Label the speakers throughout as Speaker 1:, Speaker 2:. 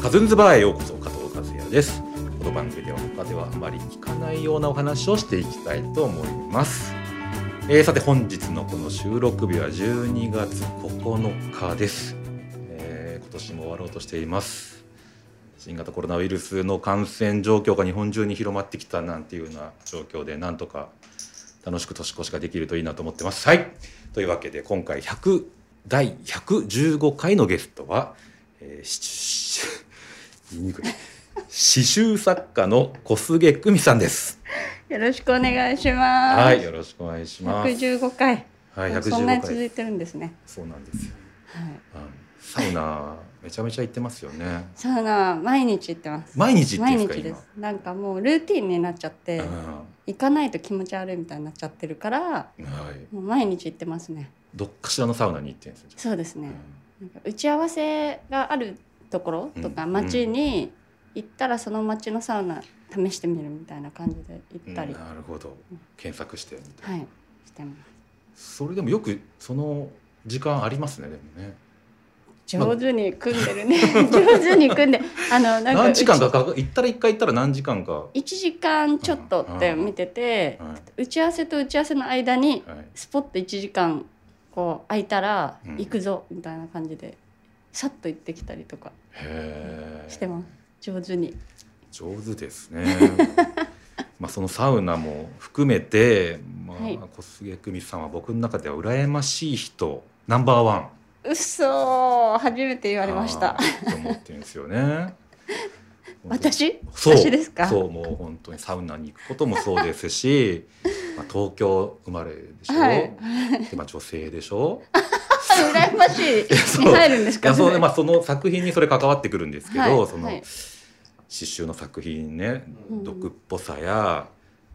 Speaker 1: カズンズバーへようこそ加藤和也ですこの番組では他ではあまり聞かないようなお話をしていきたいと思います、えーさて本日のこの収録日は12月9日です、えー今年も終わろうとしています新型コロナウイルスの感染状況が日本中に広まってきたなんていうような状況でなんとか楽しく年越しができるといいなと思ってます。はい。というわけで今回100第115回のゲストは、えー、しし言いにくい刺繍作家の小菅久美さんです。
Speaker 2: よろしくお願いします。
Speaker 1: はい、よろしくお願いします。
Speaker 2: 115回。
Speaker 1: はい、
Speaker 2: そんな
Speaker 1: 115
Speaker 2: に続
Speaker 1: 回。
Speaker 2: いてるんですね。
Speaker 1: そうなんですよ。
Speaker 2: は
Speaker 1: う
Speaker 2: い。
Speaker 1: んサウナめちゃめちゃ行ってますよね。
Speaker 2: サウナは毎日行ってます。
Speaker 1: 毎日行って
Speaker 2: 毎
Speaker 1: るんで
Speaker 2: 日
Speaker 1: すか
Speaker 2: です。なんかもうルーティンになっちゃって、
Speaker 1: 今。うん
Speaker 2: 行かないと気持ち悪いみたいになっちゃってるから、
Speaker 1: はい。
Speaker 2: もう毎日行ってますね。
Speaker 1: どっかしらのサウナに行ってるんですよ。じゃ
Speaker 2: そうですね
Speaker 1: あ。
Speaker 2: なんか打ち合わせがあるところとか
Speaker 1: うん
Speaker 2: 街に行ったらその街のサウナ試してみるみたいな感じで行
Speaker 1: うん
Speaker 2: ったり、
Speaker 1: なるほど。検索してみたいな。
Speaker 2: はい、してます。
Speaker 1: それでもよくその時間ありますねでもね
Speaker 2: 上手に組んでるね。 上手に組んで、あのなんか
Speaker 1: 何時間かかか行ったら一回行ったら何時間か、は
Speaker 2: 1時間ちょっとって見てて
Speaker 1: いは
Speaker 2: 打ち合わせと打ち合わせの間に
Speaker 1: い、
Speaker 2: スポッと1時間こう空いたら
Speaker 1: うん
Speaker 2: 行くぞみたいな感じでさっと行ってきたりとか
Speaker 1: へえ
Speaker 2: してます上手に
Speaker 1: 上手ですね まあそのサウナも含めて、まあ
Speaker 2: はい
Speaker 1: 小菅久美さんは僕の中では羨ましい人ナンバーワン
Speaker 2: うっそー初めて言わ
Speaker 1: あ
Speaker 2: れました
Speaker 1: ーと思ってるんですよ ね
Speaker 2: 私
Speaker 1: そう
Speaker 2: 私ですか
Speaker 1: そうもう本当にサウナに行くこともそうですし、まあ、東京生まれでしょ、
Speaker 2: はい
Speaker 1: でまあ、女性でしょ
Speaker 2: 羨ましい
Speaker 1: そう
Speaker 2: に入るんです
Speaker 1: い
Speaker 2: か
Speaker 1: やそうね、
Speaker 2: れ
Speaker 1: まあ、その作品にそれ関わってくるんですけど、
Speaker 2: はい
Speaker 1: その
Speaker 2: は
Speaker 1: 刺
Speaker 2: い
Speaker 1: 繍の作品ね、
Speaker 2: うん
Speaker 1: 毒っぽさや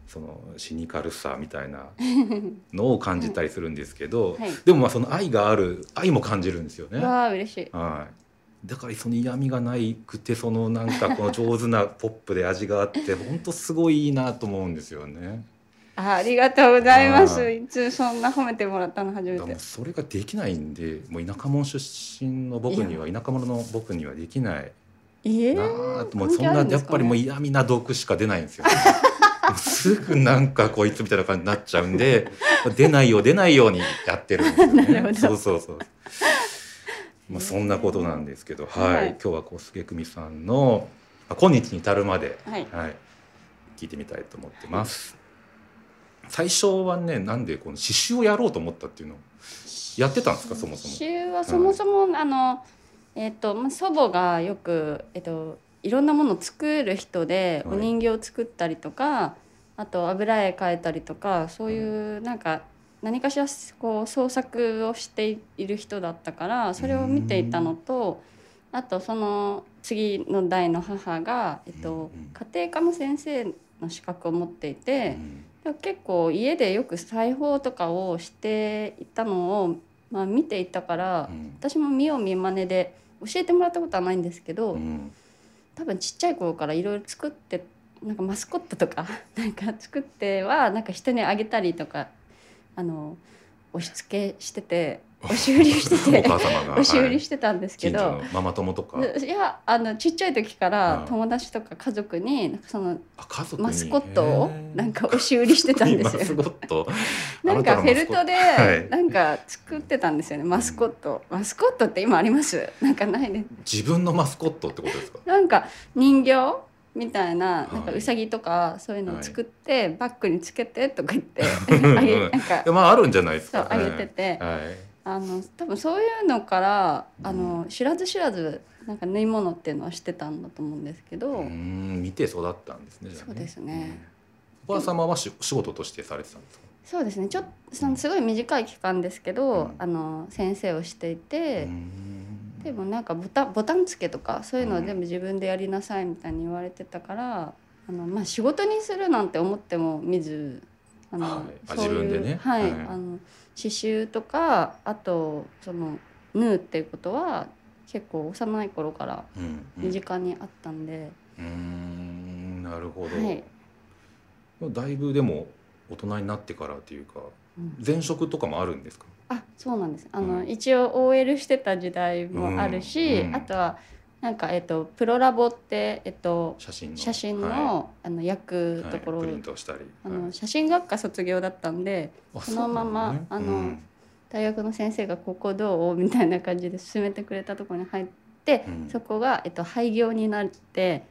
Speaker 1: そのシニカルさみたい なのを感じたりするんですけど、
Speaker 2: はい
Speaker 1: でもまあその愛がある愛も感じるんですよね。
Speaker 2: わあ嬉しい
Speaker 1: はい、だからその嫌味がないくてそのなんかこの上手なポップで味があって本当すごいいいなと思うんですよね。
Speaker 2: あありがとうございま
Speaker 1: あ
Speaker 2: す
Speaker 1: ー
Speaker 2: いつそんな褒めてもらったの初め
Speaker 1: だからもう
Speaker 2: て
Speaker 1: それができないんでもう田舎者出身の僕には田舎者の僕にはできない
Speaker 2: ええ
Speaker 1: なあともうそん
Speaker 2: 関係あ
Speaker 1: な
Speaker 2: るんで
Speaker 1: や
Speaker 2: す
Speaker 1: っ
Speaker 2: か
Speaker 1: ぱ
Speaker 2: ね
Speaker 1: りもう嫌味な毒しか出ないんですよ。もうすぐなんかこいつみたいな感じになっちゃうん で出ないよう出ないようにやってるんですよ
Speaker 2: なるほ
Speaker 1: ね。
Speaker 2: ど
Speaker 1: そうそうそう。まあそんなことなんですけど、はい、
Speaker 2: はい
Speaker 1: 今日は小菅久美さんのまあ今日に至るまで、
Speaker 2: はい
Speaker 1: はい、聞いてみたいと思ってます。最初はね、なんでこの刺繍をやろうと思ったっていうのをやってたんですかそもそも。
Speaker 2: 刺繍はそもそも、あのえっ、とまあ祖母がよくえっ、といろんなものを作る人で、
Speaker 1: はい
Speaker 2: お人形を作ったりとかあと油絵描いたりとかそういうなんか、何かしらこう創作をしている人だったからそれを見ていたのとあとその次の代の母が、えっと
Speaker 1: うんうん
Speaker 2: 家庭科の先生の資格を持っていて。
Speaker 1: うん
Speaker 2: でも結構家でよく裁縫とかをしていたのを、まあ、見ていたから、
Speaker 1: うん
Speaker 2: 私も見よう見まねで教えてもらったことはないんですけど、
Speaker 1: うん
Speaker 2: 多分ちっちゃい頃からいろいろ作ってなんかマスコットとか なんか作ってはなんか人にあげたりとかあの押し付けしてて押し売りし て
Speaker 1: お
Speaker 2: て
Speaker 1: 母様が
Speaker 2: 押し売
Speaker 1: はい
Speaker 2: りしてたんですけ
Speaker 1: 近
Speaker 2: ど。
Speaker 1: 所のママ友とか
Speaker 2: いやあのちっちゃい時か
Speaker 1: う
Speaker 2: ら
Speaker 1: ん
Speaker 2: 友達とか家族になんかその
Speaker 1: あ家族に
Speaker 2: マスコットを
Speaker 1: へー
Speaker 2: なんか押し売りしてたんで
Speaker 1: マ
Speaker 2: すよ
Speaker 1: スコット
Speaker 2: なんかフェルト
Speaker 1: はい
Speaker 2: でなんか作ってたんですよね、マスコットマスコットって今あります なんかないね
Speaker 1: 自分のマスコットってことですか
Speaker 2: なんか人形みたいな,、
Speaker 1: い
Speaker 2: なんかウサギとかそういうのを作って、バッグにつけてとか 言って
Speaker 1: ん
Speaker 2: あげ
Speaker 1: うん
Speaker 2: なんか
Speaker 1: いやまああるんじゃないです
Speaker 2: そ
Speaker 1: か
Speaker 2: うあげてて、
Speaker 1: はいはい
Speaker 2: あの多分そういうのから
Speaker 1: うん
Speaker 2: あの知らず知らずなんか縫い物っていうのはしてたんだと思うんですけど、
Speaker 1: うーん見て育ったんですねじゃあね
Speaker 2: そうですね
Speaker 1: うんお母様はし仕事としてされてたんですか
Speaker 2: そうですねちょっとそのすごい短い期間ですけど、
Speaker 1: うん
Speaker 2: あの先生をしていて。
Speaker 1: うーん
Speaker 2: でもなんかボタンボタン付けとかそういうのは全部自分でやりなさいみたいに言われてたから、あのまあ、仕事にするなんて思っても見ずあの、
Speaker 1: はいあ
Speaker 2: そういう
Speaker 1: 自分でね
Speaker 2: はい
Speaker 1: はい
Speaker 2: あの刺繍とかあとその縫うっていうことは結構幼い頃から
Speaker 1: うんうん
Speaker 2: 身近にあったんで、
Speaker 1: うーんなるほど、
Speaker 2: はい
Speaker 1: だいぶでも大人になってからっていうか
Speaker 2: うん
Speaker 1: 前職とかもあるんですか
Speaker 2: あそうなんですあの、
Speaker 1: うん
Speaker 2: 一応 OL してた時代もあるし、
Speaker 1: うんうん
Speaker 2: あとはなんか、えっと、プロラボって、えっと、
Speaker 1: 写真の
Speaker 2: 写真の,、
Speaker 1: は
Speaker 2: あの焼
Speaker 1: い
Speaker 2: くところ、
Speaker 1: はいプリントしたり
Speaker 2: あ
Speaker 1: はい
Speaker 2: の写真学科卒業だったんで
Speaker 1: あ
Speaker 2: そのま
Speaker 1: そ
Speaker 2: ま
Speaker 1: うなんだね
Speaker 2: あの
Speaker 1: うん
Speaker 2: 大学の先生が「ここどう?」みたいな感じで勧めてくれたところに入って、
Speaker 1: うん
Speaker 2: そこが、えっと、廃業になって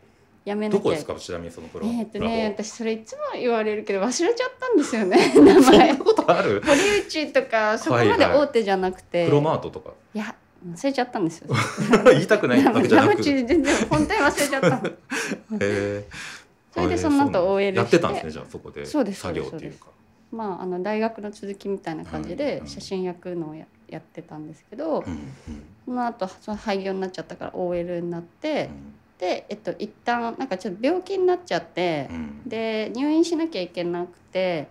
Speaker 2: やめなきゃ
Speaker 1: どこですかちなみにそのプロ
Speaker 2: えーっと
Speaker 1: プラ
Speaker 2: ね
Speaker 1: ボ
Speaker 2: 私それいつも言われるけど忘れちゃったんです よね名前
Speaker 1: ことある
Speaker 2: 堀内とかそこまで大手じゃなくて、
Speaker 1: プロマートとか
Speaker 2: いや忘れちゃったんですよ
Speaker 1: 言いたくないわけじゃな
Speaker 2: 山
Speaker 1: く
Speaker 2: 口全然本当に忘れち ゃった
Speaker 1: へえ
Speaker 2: それでその後
Speaker 1: あれそうなん
Speaker 2: OL
Speaker 1: だやってたんですねじゃあそこで
Speaker 2: そうです
Speaker 1: 作業っていうか
Speaker 2: まあ、あの大学の続きみたいな感じ
Speaker 1: はい
Speaker 2: で
Speaker 1: うん
Speaker 2: 写真焼くのをややってたんですけど、
Speaker 1: うん
Speaker 2: その後その廃業になっちゃったから OL になって、で、えっと、一旦なんかちょっと病気になっちゃって
Speaker 1: うんう、ん
Speaker 2: で入院しなきゃいけなくて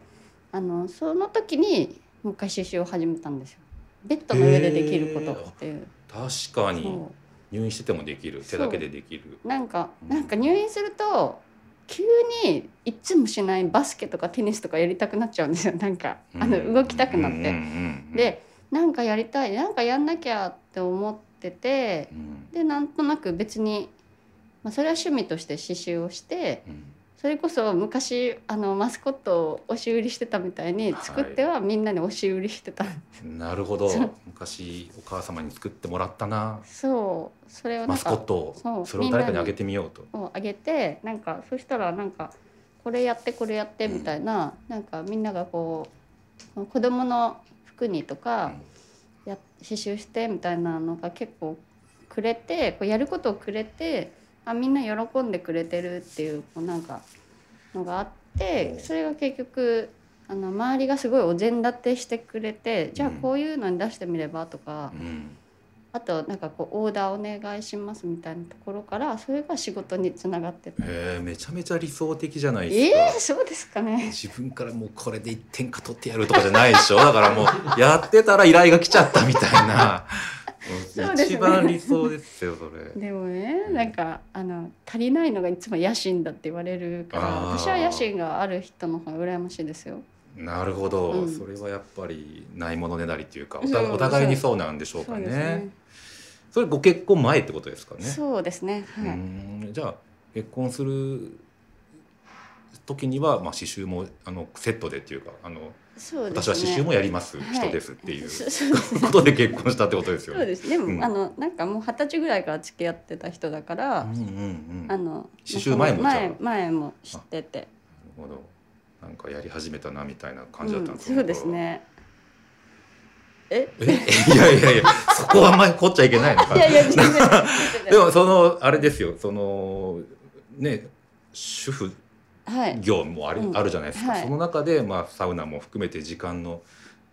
Speaker 2: あのその時にもう一回刺繍を始めたんですよ。ベッドの上でできることっていう。
Speaker 1: 確かに
Speaker 2: そ
Speaker 1: 入院しててもできる手だけでできる
Speaker 2: うなんか
Speaker 1: うん
Speaker 2: なんか入院すると急にいつもしないバスケとかテニスとかやりたくなっちゃうんですよ なんかあ
Speaker 1: う
Speaker 2: の
Speaker 1: ん
Speaker 2: 動きたくなっ
Speaker 1: うんうん
Speaker 2: て。
Speaker 1: うんうん
Speaker 2: でなんかやりたいなんかやんなきゃって思ってて
Speaker 1: うん
Speaker 2: でなんとなく別に、まあ、それは趣味として刺繍をして
Speaker 1: うん
Speaker 2: それこそ昔あのマスコットを押し売りしてたみたいに
Speaker 1: はい
Speaker 2: 作ってはみんなに押し売りしてた、
Speaker 1: なるほど
Speaker 2: そう
Speaker 1: 昔お母様に作ってもらったな
Speaker 2: そうそれをな
Speaker 1: マ
Speaker 2: ん
Speaker 1: スコッ
Speaker 2: か
Speaker 1: トを
Speaker 2: そう
Speaker 1: それを誰かにあげてみようと
Speaker 2: をあげてなんかそしたらなんかこれやってこれやってみたいな、なんかみんながこう子供の服にとか、や刺繍してみたいなのが結構くれてこうやることをくれてあみんな喜んでくれてるっていうこうなんかのがあっ
Speaker 1: お
Speaker 2: て
Speaker 1: う
Speaker 2: それが結局あの周りがすごいお膳立てしてくれてじゃあ
Speaker 1: うん
Speaker 2: こういうのに出してみればとか、
Speaker 1: うん
Speaker 2: あとなんかこうオーダーお願いしますみたいなところからそれが仕事につながってた。
Speaker 1: へえめちゃめちゃ理想的じゃない
Speaker 2: え
Speaker 1: ですか、
Speaker 2: ー、そうですかね。
Speaker 1: 自分からもうこれで1点か取ってやるとかじゃないでしょだからもうやってたら依頼が来ちゃったみたいな
Speaker 2: そうです
Speaker 1: 一
Speaker 2: ね
Speaker 1: 番理想ですよそれ
Speaker 2: でもねなんかあの足りないのがいつも野心だって言われるから
Speaker 1: あー
Speaker 2: 私は野心がある人の方が羨ましいですよ。
Speaker 1: なるほど、
Speaker 2: うん
Speaker 1: それはやっぱりないものねだりっていうかお
Speaker 2: そう
Speaker 1: たお互いにそうなんでしょうか
Speaker 2: そう
Speaker 1: ね
Speaker 2: で
Speaker 1: そ
Speaker 2: す
Speaker 1: れ
Speaker 2: ね
Speaker 1: ご結婚前ってことですかね
Speaker 2: そうですね。
Speaker 1: う
Speaker 2: はい。
Speaker 1: んじゃあ結婚する時には、まあ、刺繍もあのセットでっていうかあの、
Speaker 2: そうです
Speaker 1: 私
Speaker 2: ね。
Speaker 1: は刺繍もやります
Speaker 2: はい
Speaker 1: 人ですっていう
Speaker 2: そそうです
Speaker 1: ことで結婚したってことですよ
Speaker 2: そう
Speaker 1: ね。
Speaker 2: です。でも、
Speaker 1: うん
Speaker 2: あのなんかもう二十歳ぐらいから付き合ってた人だから、
Speaker 1: うんうんうん、な
Speaker 2: あ
Speaker 1: る
Speaker 2: の
Speaker 1: 刺繍前もじゃあ
Speaker 2: 前前も知ってて、
Speaker 1: ほどなんかやり始めたなみたいな感じだったん
Speaker 2: うん
Speaker 1: ですか、
Speaker 2: そうですね。え？
Speaker 1: えいやいやいや そこはあんまり凝っちゃいけないのか
Speaker 2: い
Speaker 1: な
Speaker 2: やいや全然全然
Speaker 1: でもそのあれですよそのね主婦
Speaker 2: はい。
Speaker 1: 業もある,、
Speaker 2: うん
Speaker 1: あるじゃないですか、
Speaker 2: はい
Speaker 1: その中で、まあ、サウナも含めて時間の、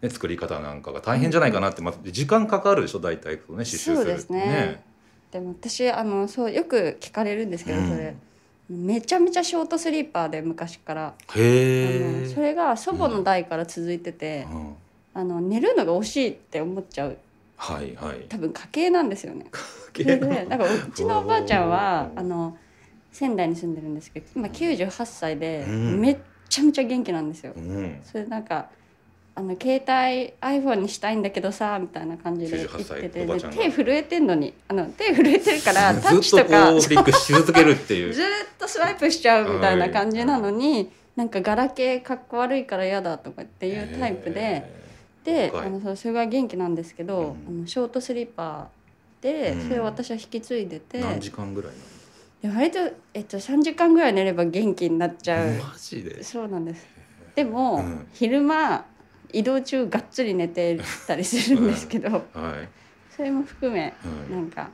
Speaker 1: ね、作り方なんかが大変じゃないかなって、まあ、時間かかるでしょ大体こうね刺繍
Speaker 2: そう
Speaker 1: する
Speaker 2: で
Speaker 1: っ
Speaker 2: す
Speaker 1: て
Speaker 2: ね
Speaker 1: ね。
Speaker 2: でも私あのそうよく聞かれるんですけど、それめちゃめちゃショートスリーパーで昔から、
Speaker 1: うんへ
Speaker 2: あのそ
Speaker 1: え、
Speaker 2: れが祖母の代から続いてて、
Speaker 1: うん、
Speaker 2: あの寝るのが惜しいって思っちゃう
Speaker 1: はいはい。
Speaker 2: 多分家系なんですよね。それでなんかうちのおばあちゃんは
Speaker 1: おー
Speaker 2: あの仙台に住んでるんですけど今98歳で
Speaker 1: うん
Speaker 2: めっちゃめちゃ元気なんですよ。
Speaker 1: うん、
Speaker 2: それでなんかあの携帯 iPhone にしたいんだけどさみたいな感じで言
Speaker 1: 98歳
Speaker 2: ってて
Speaker 1: おばあ
Speaker 2: で
Speaker 1: ちゃんが
Speaker 2: 手震えてんのにあの手震えてるからタ
Speaker 1: ず
Speaker 2: ッ
Speaker 1: っ
Speaker 2: チ
Speaker 1: と
Speaker 2: とか
Speaker 1: こうクリックし続けるっていう。
Speaker 2: ずーっとスワイプしちゃうみたいな感じなのに、なんかガラケーかっこ悪いから嫌だとかっていうタイプで、で、
Speaker 1: はい
Speaker 2: あのそうそれが元気なんですけど、
Speaker 1: うん
Speaker 2: あのショートスリーパーで、
Speaker 1: うん
Speaker 2: それを私は引き継いでて
Speaker 1: へー何時間ぐらい
Speaker 2: で割と、えっと、3時間ぐらい寝れば元気になっち
Speaker 1: な
Speaker 2: ゃう
Speaker 1: の、、マジで
Speaker 2: そうなんですでも、
Speaker 1: うん
Speaker 2: 昼間移動中がっつり寝てたりするんですけど、
Speaker 1: はい、はい
Speaker 2: それも含めなんか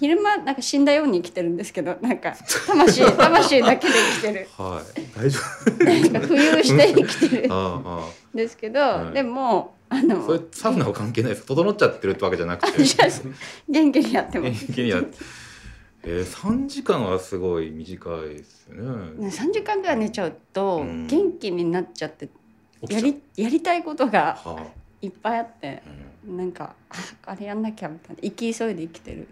Speaker 2: 昼間なんか死んだように生きてるんですけどなんか魂魂だけで生 きてる。
Speaker 1: はい、大丈
Speaker 2: なんか浮遊して生きてる
Speaker 1: 夫 ああああ
Speaker 2: んですけど、
Speaker 1: はい
Speaker 2: でもあの
Speaker 1: それサウナは関係ないです整っちゃってるってわけじゃなくて
Speaker 2: いやそ元気にやってま
Speaker 1: 元
Speaker 2: す。
Speaker 1: 気にやってえー、3時間はすごい短いですよね
Speaker 2: ね三時間ぐらい寝ちゃうと
Speaker 1: うん
Speaker 2: 元気になっちゃって、
Speaker 1: 起き
Speaker 2: や
Speaker 1: ちゃう
Speaker 2: りやりたいことが
Speaker 1: はい
Speaker 2: っぱいあって
Speaker 1: あ、
Speaker 2: なんかああれやんなきゃみたいな生き急いで生きてる。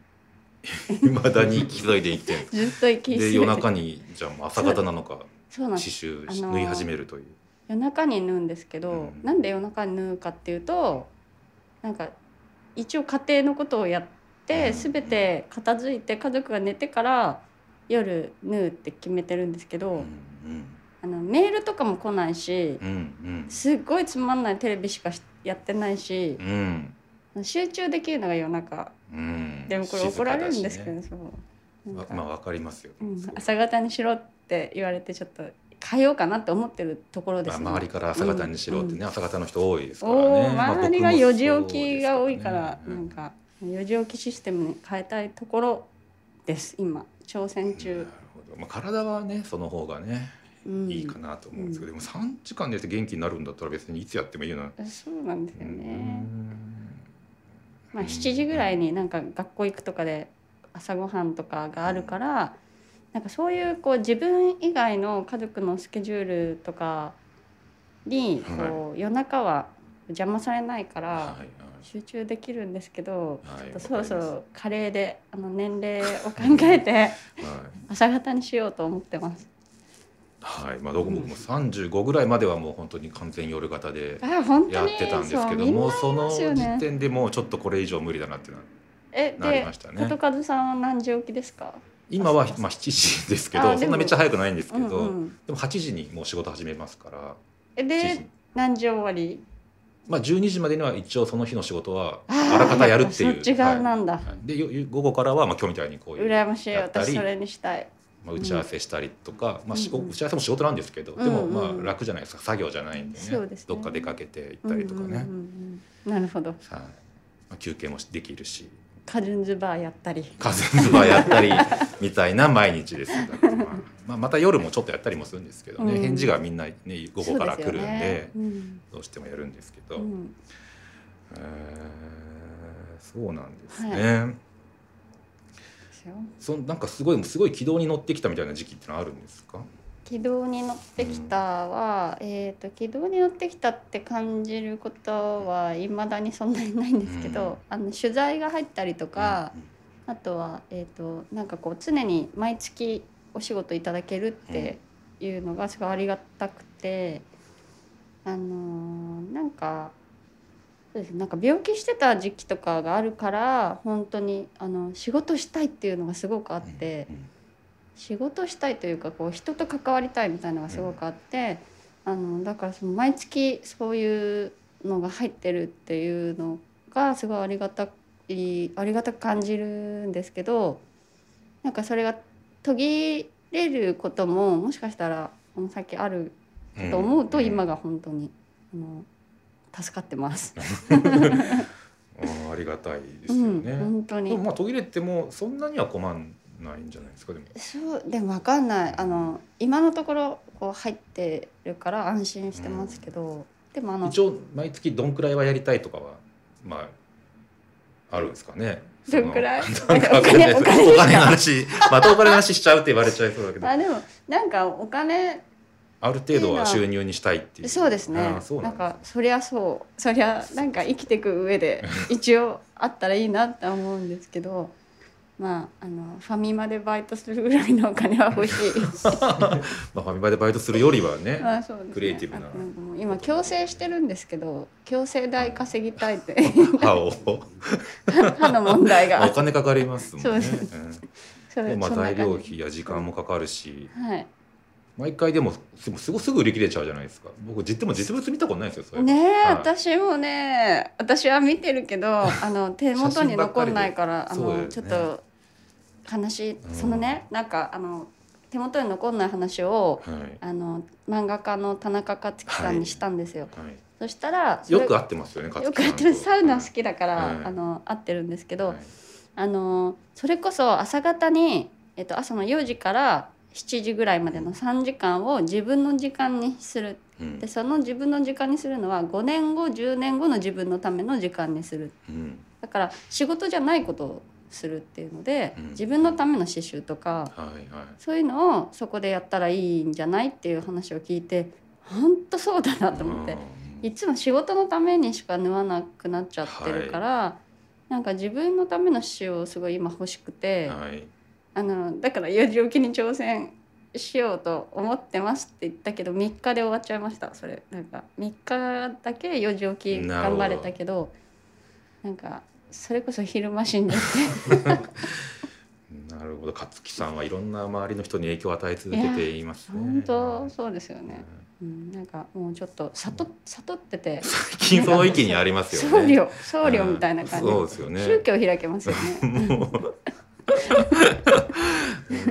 Speaker 1: うん、未だに急いで生きて る
Speaker 2: ずっと生き急いで
Speaker 1: で夜中にじゃあもう朝方なのか
Speaker 2: そうなん
Speaker 1: 刺
Speaker 2: です
Speaker 1: 繍
Speaker 2: あのー
Speaker 1: 縫い始めるという、
Speaker 2: 夜中に縫うんですけど、
Speaker 1: うん
Speaker 2: なんで夜中に縫うかっていうとなんか一応家庭のことをやって全て片付いて家族が寝てから夜縫うって決めてるんですけど、
Speaker 1: うん
Speaker 2: あのメールとかも来ないし
Speaker 1: うんうん
Speaker 2: すっごいつまんないテレビしかしやってないし
Speaker 1: うん、うん
Speaker 2: 集中できるのが夜中
Speaker 1: うん
Speaker 2: でもこれ怒られるんですけど、ね、そう
Speaker 1: 静かだ
Speaker 2: なん
Speaker 1: し
Speaker 2: か
Speaker 1: ねわまあわかりますよ、
Speaker 2: うん
Speaker 1: そう
Speaker 2: 朝方にしろって言われてちょっと変えようかなって思ってるところです、
Speaker 1: まあ、周りから朝方にしろってね、
Speaker 2: うん
Speaker 1: 朝方の人多いですからね
Speaker 2: おお、周りが4時
Speaker 1: 起
Speaker 2: 起きが多いから、なんか4時起きシステムに変えたいところです今挑戦
Speaker 1: なる
Speaker 2: 中、
Speaker 1: ほど、まあ、体はねその方がね
Speaker 2: うん、
Speaker 1: いいかなと思うんですけど、でも3時間寝て元気になるんだったら別にいつやってもいいよな、
Speaker 2: そうなんです
Speaker 1: う
Speaker 2: よ
Speaker 1: ん
Speaker 2: ね、まあ、7時ぐらいになんか学校行くとかで朝ごはんとかがあるから、なんかそういうこう自分以外の家族のスケジュールとかにこう、夜中は邪魔されないから、
Speaker 1: はいはい
Speaker 2: 集中できるんですけど、
Speaker 1: はいわかり
Speaker 2: ちょっ
Speaker 1: ま
Speaker 2: と
Speaker 1: す
Speaker 2: そろそろカレーであの年齢を考え て朝方にしようと思ってます。
Speaker 1: はい、はい、まあどこももう35ぐらいまではもう本当に完全夜型で
Speaker 2: あ本
Speaker 1: や
Speaker 2: 当
Speaker 1: っ
Speaker 2: に
Speaker 1: てたんですけ
Speaker 2: そう
Speaker 1: ど
Speaker 2: みん
Speaker 1: も
Speaker 2: な
Speaker 1: その
Speaker 2: ますよね
Speaker 1: 時点でもうちょっとこれ以上無理だなってな
Speaker 2: え
Speaker 1: なり
Speaker 2: で
Speaker 1: ましたね
Speaker 2: 琴和さんは何時起きですか？
Speaker 1: 今はまあ7時ですけ
Speaker 2: あで
Speaker 1: ど
Speaker 2: も
Speaker 1: そんなめっちゃ早くないんですけ
Speaker 2: うん
Speaker 1: ど、
Speaker 2: うん、
Speaker 1: でも8時にもう仕事始めますから
Speaker 2: え
Speaker 1: 7時
Speaker 2: で何時終わり？
Speaker 1: まあ、12時までには一応その日の仕事は
Speaker 2: あー
Speaker 1: あらかたやるっていう
Speaker 2: そっち側なんだ
Speaker 1: はいはいでよよ午後からはまあ今日みたいにこういう、
Speaker 2: 羨ましい
Speaker 1: やったり
Speaker 2: 私それにしたい。
Speaker 1: まあ、打ち合わせしたりとか、まあ、しご
Speaker 2: うんうん
Speaker 1: 打ち合わせも仕事なんですけど、
Speaker 2: うんうん
Speaker 1: でもまあ楽じゃないですか作業じゃないんでね
Speaker 2: そうですね
Speaker 1: どっか出かけて行ったりとかね、
Speaker 2: うんうんうんなるほど。
Speaker 1: はいまあ、休憩もしできるし
Speaker 2: カジュンズバーやったり。
Speaker 1: カズンズバーやったりみたいな毎日ですだからまあまあ、また夜もちょっとやったりもするんですけどね、
Speaker 2: うん
Speaker 1: 返事がみんな、ね、午後から来るんで
Speaker 2: そうすよね
Speaker 1: どうしてもやるんですけど。
Speaker 2: うんうん
Speaker 1: えーそうなんですね、
Speaker 2: ですよ
Speaker 1: そのなんかすごいすごい軌道に乗ってきたみたいな時期ってのはあるんですか？
Speaker 2: 軌道に乗ってきたは、えー、と軌道に乗ってきたって感じることはいまだにそんなにないんですけど、
Speaker 1: うん
Speaker 2: あの取材が入ったりとか、あとは、えー、となんかこう常に毎月お仕事いただけるっていうのがすごいありがたくて、あのーなんかそうですねなんか病気してた時期とかがあるから本当にあの仕事したいっていうのがすごくあって。仕事したいというかこう人と関わりたいみたいなのがすごくあって、あのだからその毎月そういうのが入ってるっていうのがすごいありがたいありがたく感じるんですけどなんかそれが途切れることももしかしたらこの先ある
Speaker 1: うん
Speaker 2: と思うと
Speaker 1: ん
Speaker 2: 今が本当に、あの助かってます。
Speaker 1: うんありがたいです
Speaker 2: う
Speaker 1: よ
Speaker 2: ん、
Speaker 1: ね。
Speaker 2: 本当
Speaker 1: で
Speaker 2: に
Speaker 1: もまあ途切れてもそんなには困んないんじゃないですかでも。
Speaker 2: そうでもわかんないあの今のところこう入ってるから安心してますけど、でもあの
Speaker 1: 一応毎月どんくらいはやりたいとかはまああるんですかね。
Speaker 2: どんくらい
Speaker 1: そのなんか
Speaker 2: お
Speaker 1: わ
Speaker 2: 金
Speaker 1: かんないですお金の話またお金の話しちゃうって言われちゃいそうだけど
Speaker 2: あでもなんかお金
Speaker 1: ある程度は収入にしたいっていう。
Speaker 2: そうですね
Speaker 1: ああそう
Speaker 2: な
Speaker 1: なんん
Speaker 2: か
Speaker 1: か
Speaker 2: そりゃそうそりゃなんか生きていく上 で一応あったらいいなって思うんですけどまああのファミマでバイトするぐらいのお金は欲し い
Speaker 1: まあファミマでバイトするよりはね。
Speaker 2: まあそうですね
Speaker 1: クリエイティブな
Speaker 2: あんかもう今強制してるんですけど強制代稼ぎたいって
Speaker 1: 歯 を
Speaker 2: 歯の問題
Speaker 1: まあ
Speaker 2: が
Speaker 1: お金かかりますもんね。
Speaker 2: そうで
Speaker 1: うん
Speaker 2: それ
Speaker 1: まあ
Speaker 2: そんな
Speaker 1: 材
Speaker 2: 感じ
Speaker 1: 料費や時間もかかるし
Speaker 2: はい
Speaker 1: 毎回でもすすぐすぐ売り切れちゃうじゃないですか僕実でも実物見たことないんですよそれ
Speaker 2: ねえ、
Speaker 1: はい
Speaker 2: 私もね私は見てる けどあの手元に残んないから
Speaker 1: 写
Speaker 2: あ
Speaker 1: 真ばっか
Speaker 2: の、
Speaker 1: りでそ
Speaker 2: ち
Speaker 1: う
Speaker 2: ょっ
Speaker 1: だよね
Speaker 2: と悲しい、
Speaker 1: うん
Speaker 2: そのねなんかあの手元に残んない話を
Speaker 1: はい、はい
Speaker 2: あの漫画家の田中克樹さんにしたんですよ、そしたらそれ
Speaker 1: よく合ってますよね
Speaker 2: よくやってるサウナ好
Speaker 1: き
Speaker 2: きだから、
Speaker 1: はい
Speaker 2: あの合ってるんですけど、
Speaker 1: はい
Speaker 2: あのそれこそ朝方に、えっと、朝の4時から7時ぐらいまでの3時間を自分の時間にする
Speaker 1: うん
Speaker 2: でその自分の時間にするのは5年後10年後の自分のための時間にする
Speaker 1: うん
Speaker 2: だから仕事じゃないことをするっていうので、
Speaker 1: うん
Speaker 2: 自分のための刺繍とか
Speaker 1: はいは
Speaker 2: そういうのをそこでやったらいいんじゃないっていう話を聞いて本当そうだないと思って、
Speaker 1: うん
Speaker 2: いつも仕事のためにしか縫わなくなっちゃってるから、なんか自分のための刺繍をすごい今欲しくて、
Speaker 1: はい
Speaker 2: あのだから4時起きに挑戦しようと思ってますって言ったけど3日で終わっちゃいましたそれなんか3日だけ4時起き頑張れたけどなんかそれこそ昼間死んじゃっ
Speaker 1: なるほど勝木さんはいろんな周りの人に影響を与え続けています
Speaker 2: て
Speaker 1: ね。
Speaker 2: 本当そうですよ
Speaker 1: うん
Speaker 2: ね、うん、なんかもうちょっと悟っ悟ってて
Speaker 1: 最近その域にあります よ
Speaker 2: 僧
Speaker 1: ね。
Speaker 2: 侶僧侶みたいな感じ、
Speaker 1: うんそうですよね。
Speaker 2: 宗教開けますよ ね
Speaker 1: もう本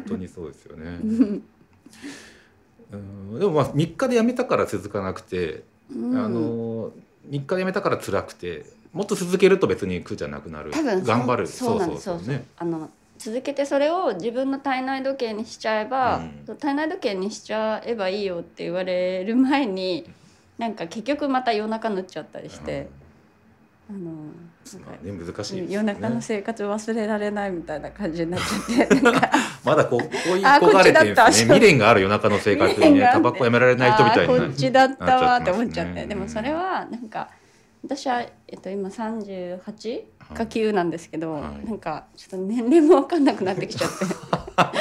Speaker 1: 当にそうですよね。うんでもまあ3日で辞めたから続かなくて、
Speaker 2: うん
Speaker 1: あの3日で辞めたから辛くてもっと続けると別に苦じゃなくなる
Speaker 2: 多分そう
Speaker 1: 頑張る
Speaker 2: そうなんです
Speaker 1: そうね
Speaker 2: あの続けてそれを自分の体内時計にしちゃえば、
Speaker 1: う
Speaker 2: 体内時計にしちゃえばいいよって言われる前になんか結局また夜中塗っちゃったりして、あの
Speaker 1: うん
Speaker 2: なんか
Speaker 1: まあね難しいです
Speaker 2: 夜
Speaker 1: よ
Speaker 2: 中の
Speaker 1: ね。
Speaker 2: 生活忘れられないみたいな感じになっち ゃってなんか
Speaker 1: まだこうこういう
Speaker 2: あ
Speaker 1: 焦がれてるん
Speaker 2: こっ
Speaker 1: で
Speaker 2: ちだ
Speaker 1: す
Speaker 2: った
Speaker 1: ね。未練がある夜中の生活
Speaker 2: 未
Speaker 1: に
Speaker 2: 練が
Speaker 1: ね
Speaker 2: あっ
Speaker 1: タ
Speaker 2: て
Speaker 1: バコやめられない人みたい
Speaker 2: あ
Speaker 1: に
Speaker 2: ー
Speaker 1: な
Speaker 2: こっちだったわーって思っちゃっ
Speaker 1: な
Speaker 2: て
Speaker 1: っちゃってますね
Speaker 2: でもそれはなんか私は、えっと、今38か9なんですけど、
Speaker 1: はい
Speaker 2: なんかちょっと年齢も分かんなくなってきちゃっ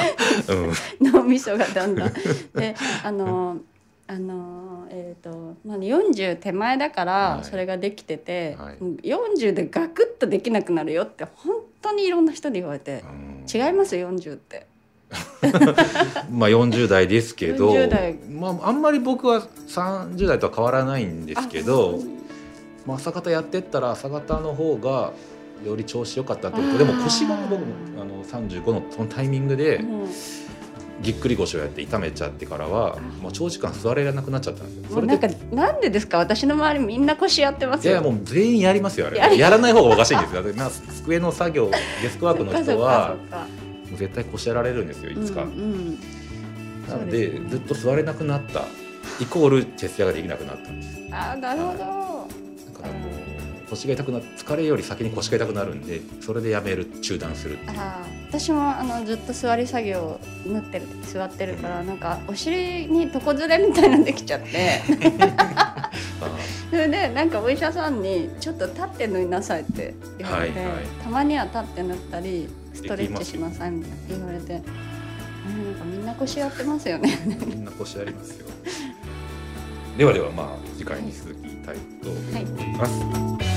Speaker 2: て
Speaker 1: うん
Speaker 2: 脳みそがだ んだん。であのあのえーとまあ、40手前だか
Speaker 1: は
Speaker 2: ら
Speaker 1: い
Speaker 2: それができてて、
Speaker 1: はい
Speaker 2: 40でガクッとできなくなるよって本当にいろんな人で言われて「違います40って」
Speaker 1: まあ40代ですけど
Speaker 2: 40代
Speaker 1: まあ、あんまり僕は30代とは変わらないんですけど
Speaker 2: あそう
Speaker 1: まあ、朝方やってったら朝方の方がより調子良かったってことで
Speaker 2: あ
Speaker 1: も
Speaker 2: ー
Speaker 1: 腰が僕もあの35のそのタイミングで
Speaker 2: うん
Speaker 1: ぎっくり腰をやって痛めちゃってからはもう長時間座れなくなっちゃったんですよ。
Speaker 2: も
Speaker 1: そうれ
Speaker 2: なん
Speaker 1: で
Speaker 2: かなんでですか私の周りみんな腰やってます
Speaker 1: いやい
Speaker 2: よ
Speaker 1: やもう全員やりますよあれ
Speaker 2: やり
Speaker 1: やらない方がおかしいんですよだってな机の作業デスクワークの
Speaker 2: そっ
Speaker 1: 人
Speaker 2: か
Speaker 1: は
Speaker 2: そっか
Speaker 1: もう絶対腰やられるんですよい
Speaker 2: そっ
Speaker 1: つか、
Speaker 2: うんうん
Speaker 1: なの
Speaker 2: そう
Speaker 1: で
Speaker 2: ですね
Speaker 1: ずっと座れなくなったイコール徹夜ができなくなったんです
Speaker 2: あーなるほど
Speaker 1: だからもう腰が痛くな疲れより先に腰が痛くなるんでそれでやめる中断するっていう
Speaker 2: あー私もあのずっと座り作業を縫ってる座ってるからなんかお尻に床ずれみたいなのできちゃって
Speaker 1: あー
Speaker 2: それでなんかお医者さんに「ちょっと立って縫いなさい」って言われて、
Speaker 1: はいはい
Speaker 2: たまには立って縫ったりストレッチしなさいみたいな言われて。うんなんかみんな腰やってますよね。
Speaker 1: みんな腰ありますよ。ではではまあ次回に続きたいと思います。